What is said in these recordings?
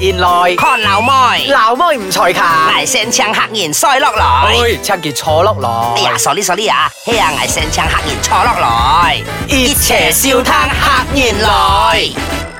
現來，看老妹，鬧妹唔才勤，捱聲槍黑然衰落來。哎，趁件坐落哎呀來， ，sorry sorry 啊，嘿啊，捱聲槍黑然坐落來，熱邪笑灘黑然來。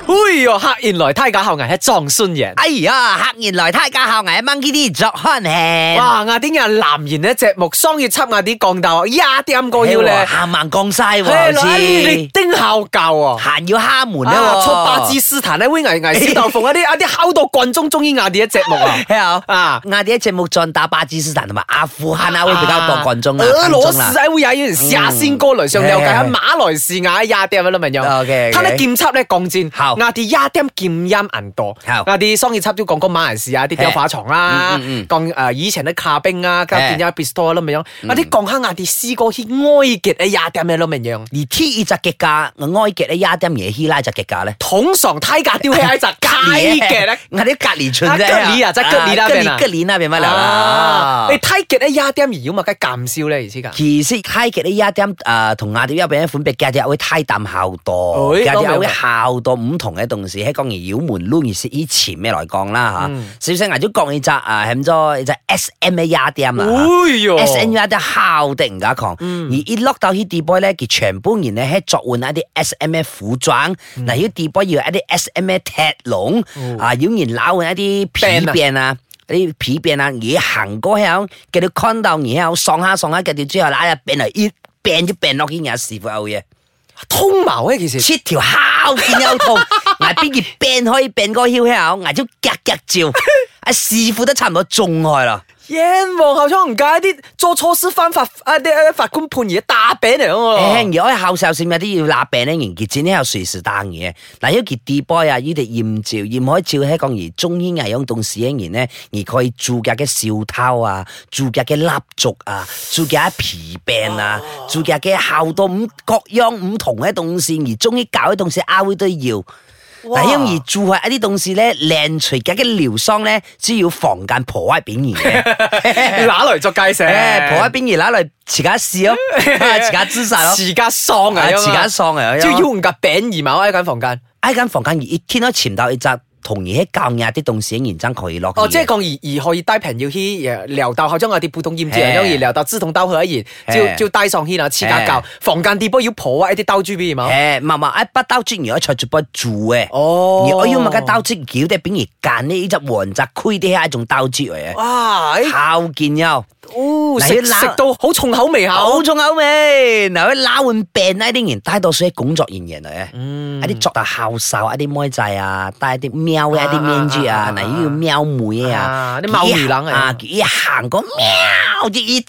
哎呦，黑現來梯架後牙一撞酸人。哎呀，黑然來太家後捱 monkey 啲作看氣。哇！雅典人男言呢隻目，雙月插雅典降大一啱過要咧，行慢降晒喎，係啦好哎你似丁孝教啊！行要蝦門啊！啦，出巴基斯坦咧，威危危斯豆腐嗰啲啊啲烤到棍中中意雅典一隻目 啊！聽下。啊！嗌啲一隻木杖打巴基斯坦同埋阿富汗啊，會比較多干中啦，俄干罗中啦斯。喺會有人下先過嚟上有計喺馬來西亞廿點啦，咪有。 OK，OK 他咧劍輯咧降戰，好亞啲廿點劍音銀多，好亞啲雙劍輯都講過馬來西亞啲雕花床啦嗯嗯嗯，講誒以前啲卡兵啊，加變咗 pistol 啦，咪樣。亞啲降下亞啲詩歌去哀結喺廿點咩咯，咪 樣。而 T 二隻極價，埃及咧雅典耶希拉隻極價咧，通常梯架丟起喺隻梯 嘅咧。我啲隔離村啫，啊吉里啊即係吉里那邊啊吉里那邊乜嚟啊啦？！你梯結喺廿點而要嘛，梗係減少咧，而 家。其實埃及咧雅典誒同雅典有邊一款比較啲會太淡好多，哎有當然啲會好多唔同嘅東西喺講而妖門 l u 以前咩來講啦嗯嚇，小聲牙都講呢隻啊，係咁多隻 S M 嘅雅典啦。嚇 S N 哎 U 都好的人家講，而一 lock 到啲 D boy 咧，佢全部人咧喺作換一啲 S M 嘅服裝，嗱要 D boy 要一啲 S M 嘅踢籠，啊要人撈換一啲皮鞭啊。啲皮鞭啊，而行過響，叫你 con 到，然後喪下喪下，跟住之後拉一鞭嚟，一鞭一鞭落去，然後師傅嘔嘢， 通毛咧，其實。切條烤見又痛，挨邊件鞭可以鞭個翹喺口，挨咗夾夾照，啊師傅都差唔多中開啦。冤枉後窗唔解啲做錯事犯法啊啲啊法官判而家打餅嚟喎。輕而我後手線有啲要拿病咧，凝結展呢有隨時單嘢。嗱，要結 D boy 啊，呢啲驗照驗海照喺講而中醫係用動事影然咧，而佢做嘅嘅笑偷啊，做嘅嘅蠟燭啊，做嘅皮病啊，做嘅嘅孝道五各樣唔同嘅動事，而中醫搞嘅動事阿會都要。哇嗱，因而做係一啲動事咧，靚除嘅嘅療傷咧，只要防間婆喺邊而嘅， 拿嚟作雞食，誒婆喺邊而攞嚟自家試咯，自家姿勢咯。自家喪啊嚟，自家喪嚟即係要唔夾餅而埋我喺間房間。喺間房間而一天都潛到一集，同而喺教嘢啲動事仍然爭佢落。哦，即係講而而可以帶朋友去呃聊到後將我啲普通驗證，嘿因而聊到志同道合一言，嘿照照帶上去啊，黐家教房間啲波要婆啊一啲兜豬俾嘛。誒，唔係唔係，一把刀專而我才做不做啊嘅。哦而哎我要物嘅刀尖叫得，變而間呢只黃澤區啲係一種刀尖嚟嘅，哇！哎靠見又哦，嗱食要拿食到好重口味口好。重口味。嗱，佢拉換病呢啲人，大多數係工作人員嚟嘅。嗯一啲作大校手，一啲妹仔啊，帶一啲喵嘅一啲面珠啊，嗱呢個喵妹啊啊，啲貓魚冷嚟啊，佢一行過喵，一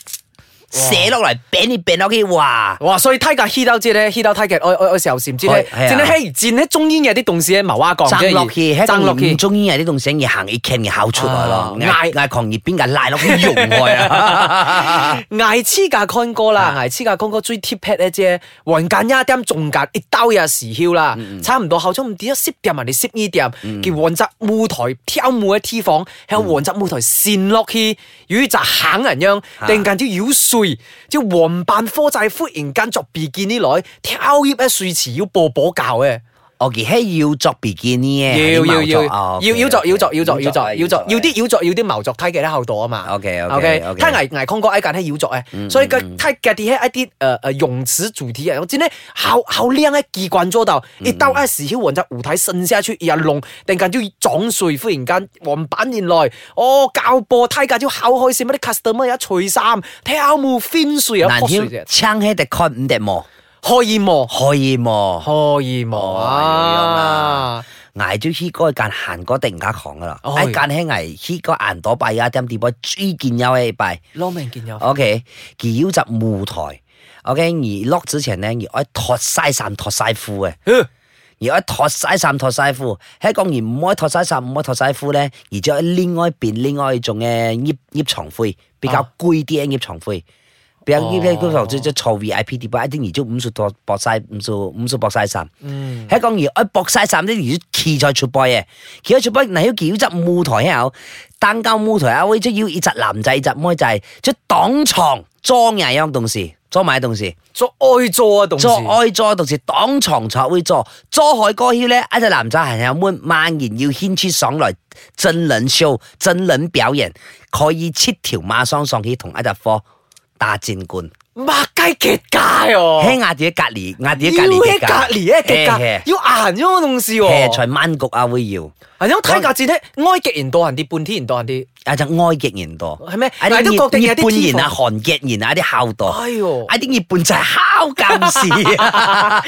射落嚟，餅你餅落去，哇！哇！所以睇架 h e 刀知咧 h e 刀睇嘅，我我我時候時唔知咧，係係啊戰咧嘿戰咧中煙有啲動事咧麻蛙降爭落去，喺爭個落唔去。中意係啲動聲，而行越近越考出來咯，啊嗌嗌狂熱邊架拉落去用開 啊！ 挨黐架 con 哥啦，挨黐架 con 哥追 tip pad 咧啫，還間一點中間一刀也時曉啦，嗯差唔多後中唔知一攝掂人哋攝呢掂，叫黃澤舞台跳舞嘅 T 房，嗯喺黃澤舞台扇落去，如就行人樣，啊突然間啲妖碎，即黃扮科仔忽然間作鼻見呢來，跳入一碎池要播播教嘅。我而係要作 bikini 嘅，要要啲貓要作哦要要作要作要作要作要作要。 OK，OK，啲要作要啲矛作睇嘅喺後度啊嘛。 OK，OK，OK 睇危危康哥喺間係要作嘅，所以佢睇嘅啲係一啲誒誒用詞主題啊，我知咧好好靚嘅技慣咗到，一到一時曉雲就胡睇信先出一弄，突然間就撞碎，忽然間黃板原來哦教波睇嘅就好開心，乜啲 customer 一除衫，跳舞翻碎啊，難撲碎啫，添撐起隻 con 五隻毛，荷爾蒙，可以冇。荷爾蒙哦啊！挨住呢個間行嗰定家行噶啦，哎哦一間喺挨呢個硬朵幣啊，點點波追見優氣幣攞命見有。 ，OK，佢腰就舞台，OK，而 lock 之前咧，而我脱哎晒衫脱晒褲嘅。而我一脱晒衫脱晒褲，喺講而唔可以脱晒衫唔可以脱晒褲咧，而再另外一邊另外一種嘅醃醃床灰，比較攰啲嘅醃床灰。比較呢啲嗰頭即即坐 V I P 碟一啲而都唔數脱薄晒，唔數唔數薄晒衫。嗯喺講而我薄晒衫啲而企在出波嘅，企在出波，嗱要叫只舞台喺後，單交舞台啊，我即要一隻男仔一隻妹仔，即擋床裝人樣同事，做埋嘅同時，做愛做啊，同時做愛做嘅同時，擋床才會做。做海歌曉呢，一隻男仔係有滿蔓延要牽出上來真人 show、真人表演，可以切條馬桑上去同一隻科打戰冠。擘雞結界哦，喺壓住喺隔離，壓住喺要隔離喺嘅架隔哎離嘅結界嘿嘿，要行咗個同事嘿除喎。曼谷啊會要。係因為睇架戰咧，埃及人多人啲，半天人多人啲，啊就埃及人多，係咩啊啲嗱都覺得有日啲本人啊、天韓劇人啊啲孝多，哎呦啊啲日本就 係烤咁事啊，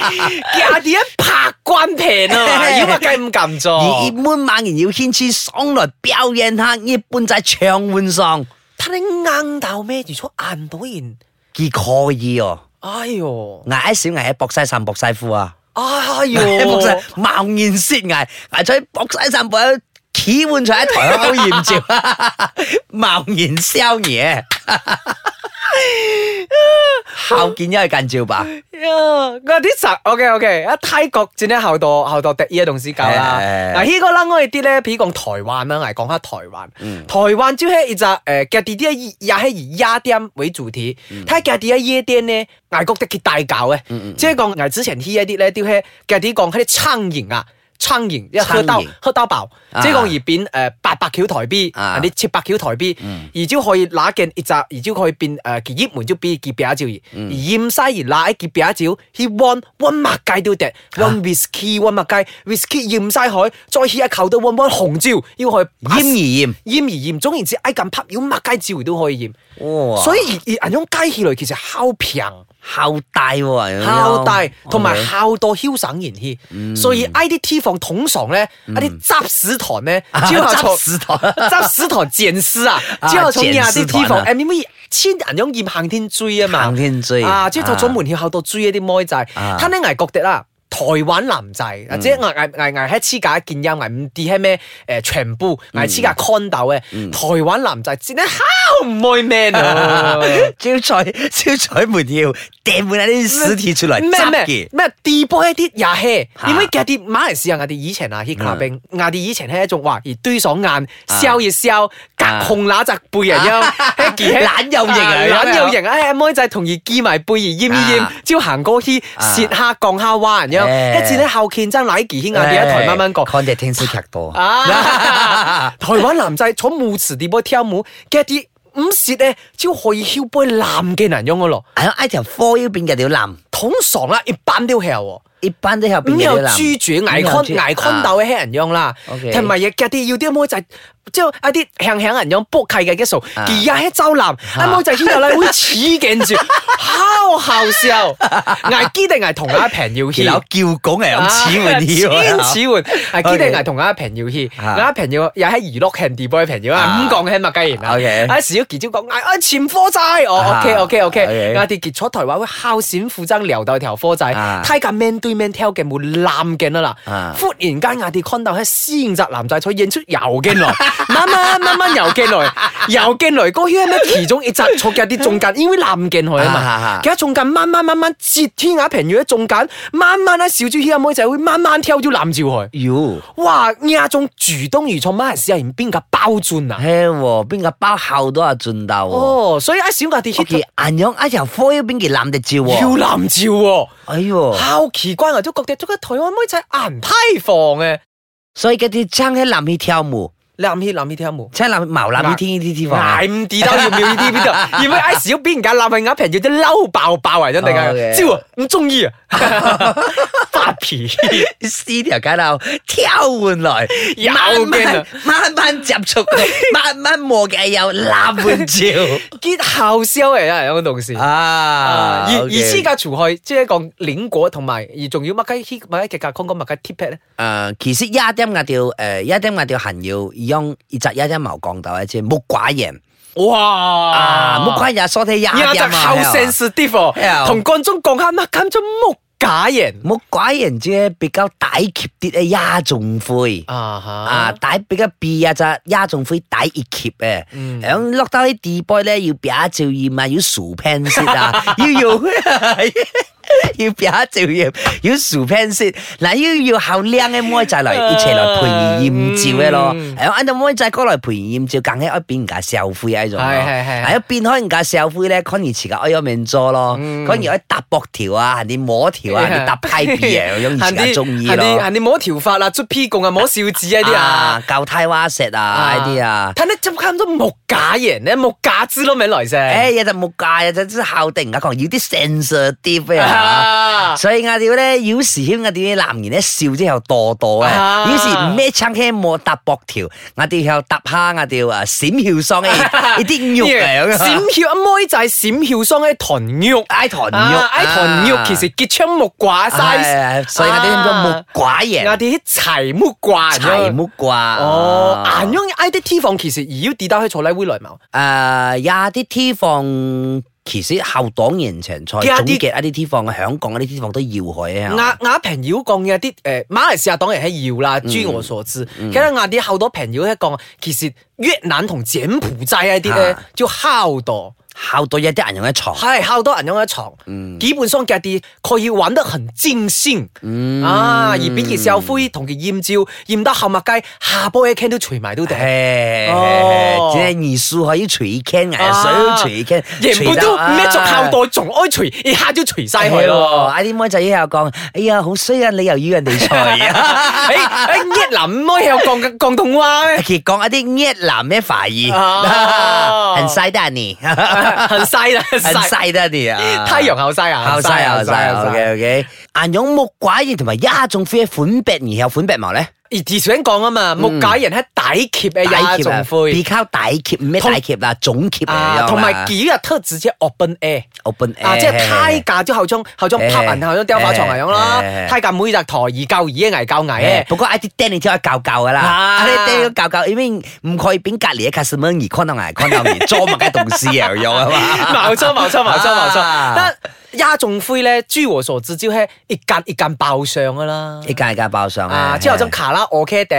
廿啲一拍關平啊，要乜雞咁撳而咗日。本猛然要牽出上來表演下日本就係唱換上，睇你硬到咩？如果硬到然，佢可以哦，哎呦，捱一小捱喺博西散博西夫啊，哎呦， 喺博西冒然先捱，捱咗喺博西散博西。企換在喺台口艷 照，冒然宵夜，後見因為近照吧。哎呀！我啲實 OK OK，啊泰國戰咧後度後度第二嘅同事教啦。係嗱，呢個啦，我哋啲咧，譬如講台灣啦，我哋講下台灣。嗯台灣就係一隻誒嘅啲啲以也係以夜店為主題，嗯睇嘅啲嘅夜店咧，我覺得幾大搞嘅。即係講我之前去一啲咧，都係嘅啲講喺啲餐飲啊。餐飲一餐喝到飲喝到飽，啊即係講而變誒八百橋台幣，啊人哋切八橋台幣，而朝可以拿件一隻，而朝可以變誒佢熱門就變結餅照而，而厭晒而拿一結餅照，去揾揾麥雞都得，揾 whisky 揾麥雞，whisky 厭晒海，再去一球都揾揾紅椒，要去奄而厭而厭，總言之，挨近拍要麥雞照都可以厭，哇厭，所以而而銀種雞起來其實好平。孝大喎，孝大有同埋 OK 孝道囂省言氣，嗯所以 I D T 房通常咧，一啲執屎堂咧，之後執從嗯啊 屎堂執屎堂剪屍啊，啊之後從廿啲 T 剪屍堂房啊 M V 千人用厭行天追啊嘛，行天追啊，之後就啊咗門口後度追一啲妹仔，啊嗯他呢危覺得啦。台灣男仔，或者危危危危喺黐架見有危唔知係咩呃誒全部危黐嗯架 condo 嘅台灣男仔，真係好唔愛 man 啊！招財招財門要掟滿一啲屍體出嚟，咩執咩嘅咩地波一啲也係，嚇因為嘅啲馬來西亞我哋以前啊去 clubbing，我哋以前係一種哇，而堆上眼笑一笑，隔紅那隻背人樣，係件懶有型啊懶有型啊！哎妹仔同而見埋背而厭厭厭啊，朝行過去啊蝕下降下彎咁樣，誒一次咧後見真乃奇軒我哋一台慢慢講。 ，contact 天師劇多 À. 啊！台灣男仔坐舞池地波跳舞，嘅啲唔蝕咧，朝可以曉杯男嘅人樣嘅咯，係咯，喺條科要邊嘅條男，通常啦，一般都係喎。一般都後邊咁嘅又條男，豬住咁危又坤豬危坤鬥嘅黑人樣啦 OK，同埋亦嘅啲要啲妹仔，即係一啲輕輕人樣卜契嘅嘅數，啊而家喺周南，一妹仔牽入嚟會黐鏡住， 好好 笑，危基定係同阿平要其實牽。有叫拱係咁似啊嗰啲喎，千似 換，啊，基定係同阿平要牽，啊阿平要又喺娛樂圈 d 波嘅平要啊，啊五講喺麥雞然啊， OK 阿小傑招講嗌啊潛科仔，哦啊 OK OK OK， OK 阿啲傑坐台話會孝閃負爭撩到條科仔，啊睇架 man 對 man 挑嘅冇攬鏡啦啊忽然間阿啲 c o n d 喺先集男仔坐認出右鏡來， 慢慢慢慢右鏡來，右鏡來嗰圈咩其中一集坐嘅啲中間，因為攬鏡佢啊啊啊嘛啊，佢一中間慢慢慢慢截天下平要一中間，慢慢咧小豬圈阿妹仔會慢慢挑咗攬住佢，妖。哇！呢一種主動如從馬來西亞人邊個包轉啊？嘿喎，邊個包後都有盡到喎。哦，所以阿小亞啲 hit 其銀樣一條科要邊嘅男嘅照要喎。攬照喎。哎呦！好奇怪，我都覺得做個台灣妹仔硬批放嘅，所以嗰啲撐喺男去跳舞，男氣男氣聽冇。撐男毛男去天天天房。挨唔掂都要秒呢啲邊度，而咪挨少俾人家鬧係眼平，要啲嬲爆爆啊！真定啊， Okay 招啊唔中意啊，發脾氣呢條街道挑換來，有慢嘅慢慢慢接觸，慢慢磨嘅有攬換照結後消嚟啊！有個同事。啊 À, 而而私家除去，即係講領果同埋，而仲要乜雞乜雞嘅 c o 乜雞 tip pad 咧？誒，其實一點我條誒一點我條痕要用一隻一點毛講到一隻木寡人哇！啊，木寡人所睇一點而家就後 à? sensitive，喎 Yeah 同觀眾講下乜咁做木假人木寡人啫比較歹怯啲嘅一種灰。啊哈啊，帶比較避啊，咋呀仲會帶熱揭嘅，嗯響落 到啲 D boy 咧要比一照二嘛，要薯 pen 先啊，要要要表就要要薯片先，嗱要要後靚嘅妹仔嚟一齊嚟陪你豔照嘅咯，係啊，啱妹仔過嚟陪你豔照，梗係一邊人家社會喺度咯，係係係係一邊可能家社會咧，可能自己愛有面做咯，可能愛搭膊條啊，人哋摸條 啊，人哋搭派別啊，咁而家中意行啲咯，行啲摸條髮啊，捽 P 共啊，摸笑子啊啲啊。教泰蛙石啊呢啲啊。睇你咁咁多木架人咧，木架之咯咪來啫。诶，有隻木架，有隻啲校定，我講要啲 sensitive 啊。 啊所以我哋咧，有時添我哋啲男人咧笑之後墮墮啊，啊有時咩撐起冇搭膊條，我哋又搭下我哋啊閃耀桑 嘅一啲肉嚟咁閃啊，耀阿妹仔閃耀桑喺豚肉，挨糖肉啊，喺豚肉其實結槍木掛晒，係所以我哋叫木寡我嘢，哋啲柴木掛咗。柴木掛。哦，顏雍挨啲 T 房其實而要跌到去坐喺會內冇。誒有啲 T 房其實後黨人場賽有總啲結一啲 T 房，香港一啲 T 房都要佢啊。亞亞平妖降嘅啲誒馬來西亞當然係要啦，據我所知，其實亞啲好多平妖一降，其實越南同柬埔寨一啲咧啊叫烤多，校到有啲人用喺床，係烤多人用一床，基本上嘅啲佢要玩得很精先啊，而邊件小灰同佢豔照豔得後麥雞下波嘢 can 都除埋都頂，嘿哦即係二叔可以隨傾啊，啊水都隨傾， 原本都咩做烤到多仲愛除，一下就除晒佢係喎。咯。啊啲妹仔又講，哎呀好衰啊，你又要人哋 除啊。誒誒，越南妹又講廣東話 咩？其實講一啲越南嘅法語，哦很晒得你，很晒啦，很很晒。晒得你啊，太陽後晒啊，後晒後晒後，OK OK。顏勇木寡然同埋一種非款別，然後款別毛咧，而之前講啊嘛，木解人係底劫嘅也仲比灰靠底揭，唔咩同底揭啦，總揭嚟啊，㗎同嘛埋幾日特直接 open air。 open air 啊！即係胎架之後將後將拍誒人後將掉化床嚟樣啦誒，胎架每日抬而救而嘅危救危诶，不過 I D 釘你知我教教噶啦 啊，I D 釘教教，因為唔可以俾隔離嘅 customer 而 con 到牙 con 到面，裝埋嘅同事又有啊 嘛。 冇錯冇錯冇錯冇錯，啊但也仲灰咧，據我所知就係一間一間爆上噶啦，一間一間爆上啊之後將卡拉 OK 啊誒誒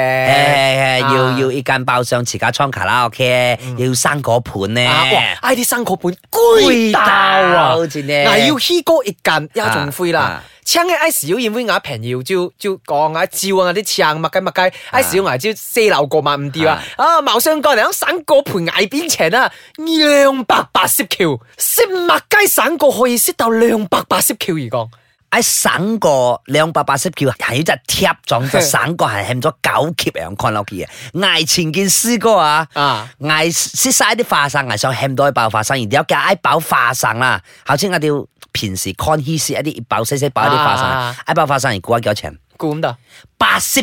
嘅，要要一間爆上，持家倉卡拉 OK，要生果盤咧。啊！哇！I D 生果盤攰到啊！好似呢嗱，要 h 歌一近也仲灰啦啊。請嘅 I 時要演會牙平要照照講啊，照啊啲撐麥雞麥雞，I 時要牙照四樓過萬五掉啊！啊，茅上過嚟響省過盤崖邊斜啊，兩百八十橋，食麥雞省過可以識到兩百八十橋而講，喺哎省個兩百八十叫係只貼咗，就省個係欠咗九揭樣 con 落嘅嘢。挨前件詩歌啊！啊嗌識晒啲化生，嗌想 ham 到一爆化生，然之後嗌爆化生啦。頭先我哋平時 con 稀釋一啲爆細細爆一啲化啊生，一爆化生而估下幾多錢？估唔到，八 十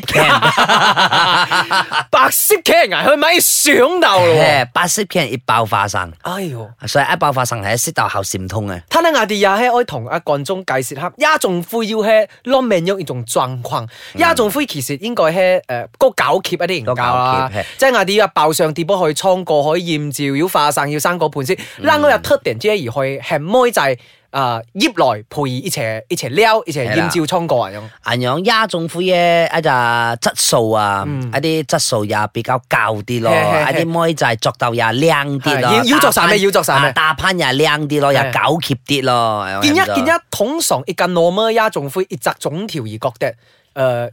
錢，白色嘅牙去咪上到咯，八十錢一爆化生，哎呦！所以一爆化生係識到後閃通嘅。他呢我哋也係可以同阿幹中介紹下，一種灰要係攞命用一種狀況，一種灰其實應該係誒個搞揭一啲研究啦嗰個搞揭係，即係我哋啊爆上跌波去倉過可以驗照，要化生要生個盤先，嗱我有特定之一而去係妹仔啊醃來配以一齊一齊撩一齊係啦驗照倉過嚟用，銀樣丫種灰嘅一隻質素啊，嗯一啲質素也比較高啲咯，係係係一啲妹仔作鬥也靚啲咯，係要要作散咩要作散咩啊打攀也靚啲咯，又係糾結啲咯。見一咁就見一通常一間攞咩一種灰一隻總條而覺得誒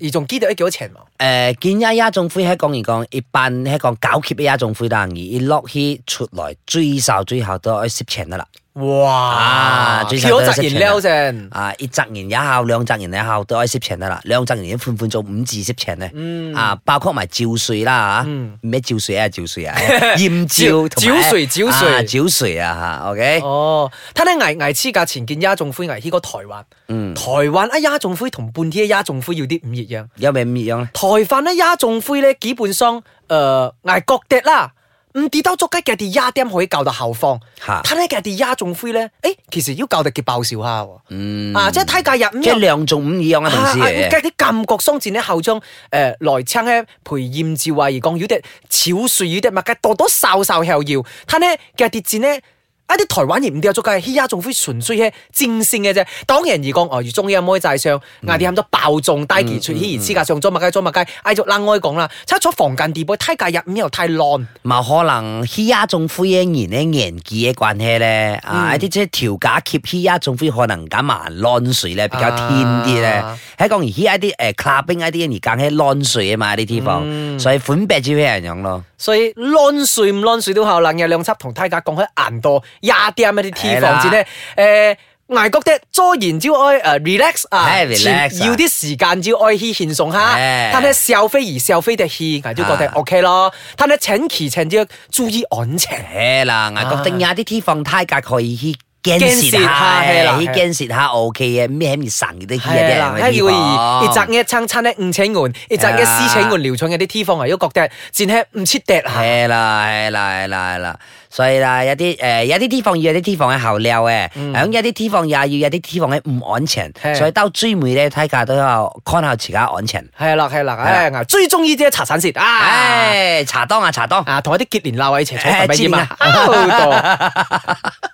而仲記得一幾多錢冇？誒、見一一種灰喺講而講，一般喺講搞協一一種灰但而一落去出來最少最後都可以蝕錢得啦。哇！啊最實都幾係多隻識錢燃啊料先？啊，一責人一校，兩責人一校都可以蝕錢得啦。兩責人一款款做五字蝕錢咧。嗯啊，包括埋照税啦嚇，咩、照税啊照税啊， 驗照同埋照水照水啊照税啊嚇，OK。哦，睇睇危危黐價前見丫仲灰危呢個台灣，嗯台灣啊丫仲灰同半天丫仲灰要啲唔一樣。有咩唔一樣咧？台灣咧丫仲灰咧基本上呃誒危角跌啦，唔跌到足雞嘅啲丫點可以教到後方。嚇睇睇嘅啲丫仲灰咧，誒其實要教得嘅爆笑下喎。啊，即係睇價入五嗯即係兩種唔一樣嘅啊同事嚟嘅。嘅啲感覺相戰咧後將誒來撐咧陪豔照啊而講要啲潮水要啲物嘅多多少少後要，但咧嘅啲戰咧。一啊啲台灣人唔掉咗嘅，依家仲非純粹係戰線嘅啫。當然而講，哦，如中央妹在上，嗌啲喊咗爆中低級出，依而黐架上咗物雞咗物雞，嗌咗冷愛講啦，差咗房間地步，太介入面又太爛。 mà có thể khi á trung phu yên nhiên cái nghiền kỹ cái quan hệ này 嗯 à cái cái điều giả kiếp khi á trung phu có thể giảm mà lăn suy này, bị 啊 cao thiên đi này, hay còn khi á cái cái clubbing cái cái người càng hay lăn suy mà cái địa 嗯 phương, so với phun bẹt chỉ phải là như vậy. 所以攣水唔攣水都好，能有兩輯同大家講喺硬度廿啲一啲 T 係啦房子咧，誒。捱覺得坐然之後誒 relax 啊，係 relax 啊要啲時間之愛去獻送下係，但係消費而消費得去，捱都覺得啊 OK 咯。但係請期請之注意安全。係啦，我覺得有啲地方太隔可以去建驚設蝕下下，係啦去建設下 OK 嘅，咩咁神嘅都去係啊啦，啲喺地要而而方擲。一餐餐咧五千元，而擲一四千元療寵嘅啲 T 房係都覺得戰係唔切跌下。係啦，係啦，係啦，係啦，所以啦，有啲誒，有啲地方要有啲地方嘅後料嘅，響有啲地方也要有啲地方嘅唔安全，係所以到最尾咧，睇下都有看下自己安全。係啦係啦，係唉，捱最中意啲茶產線啊！唉，茶檔啊，茶檔。啊，同一啲結連鬧喺一齊坐誒份俾知煙啦啊，好多。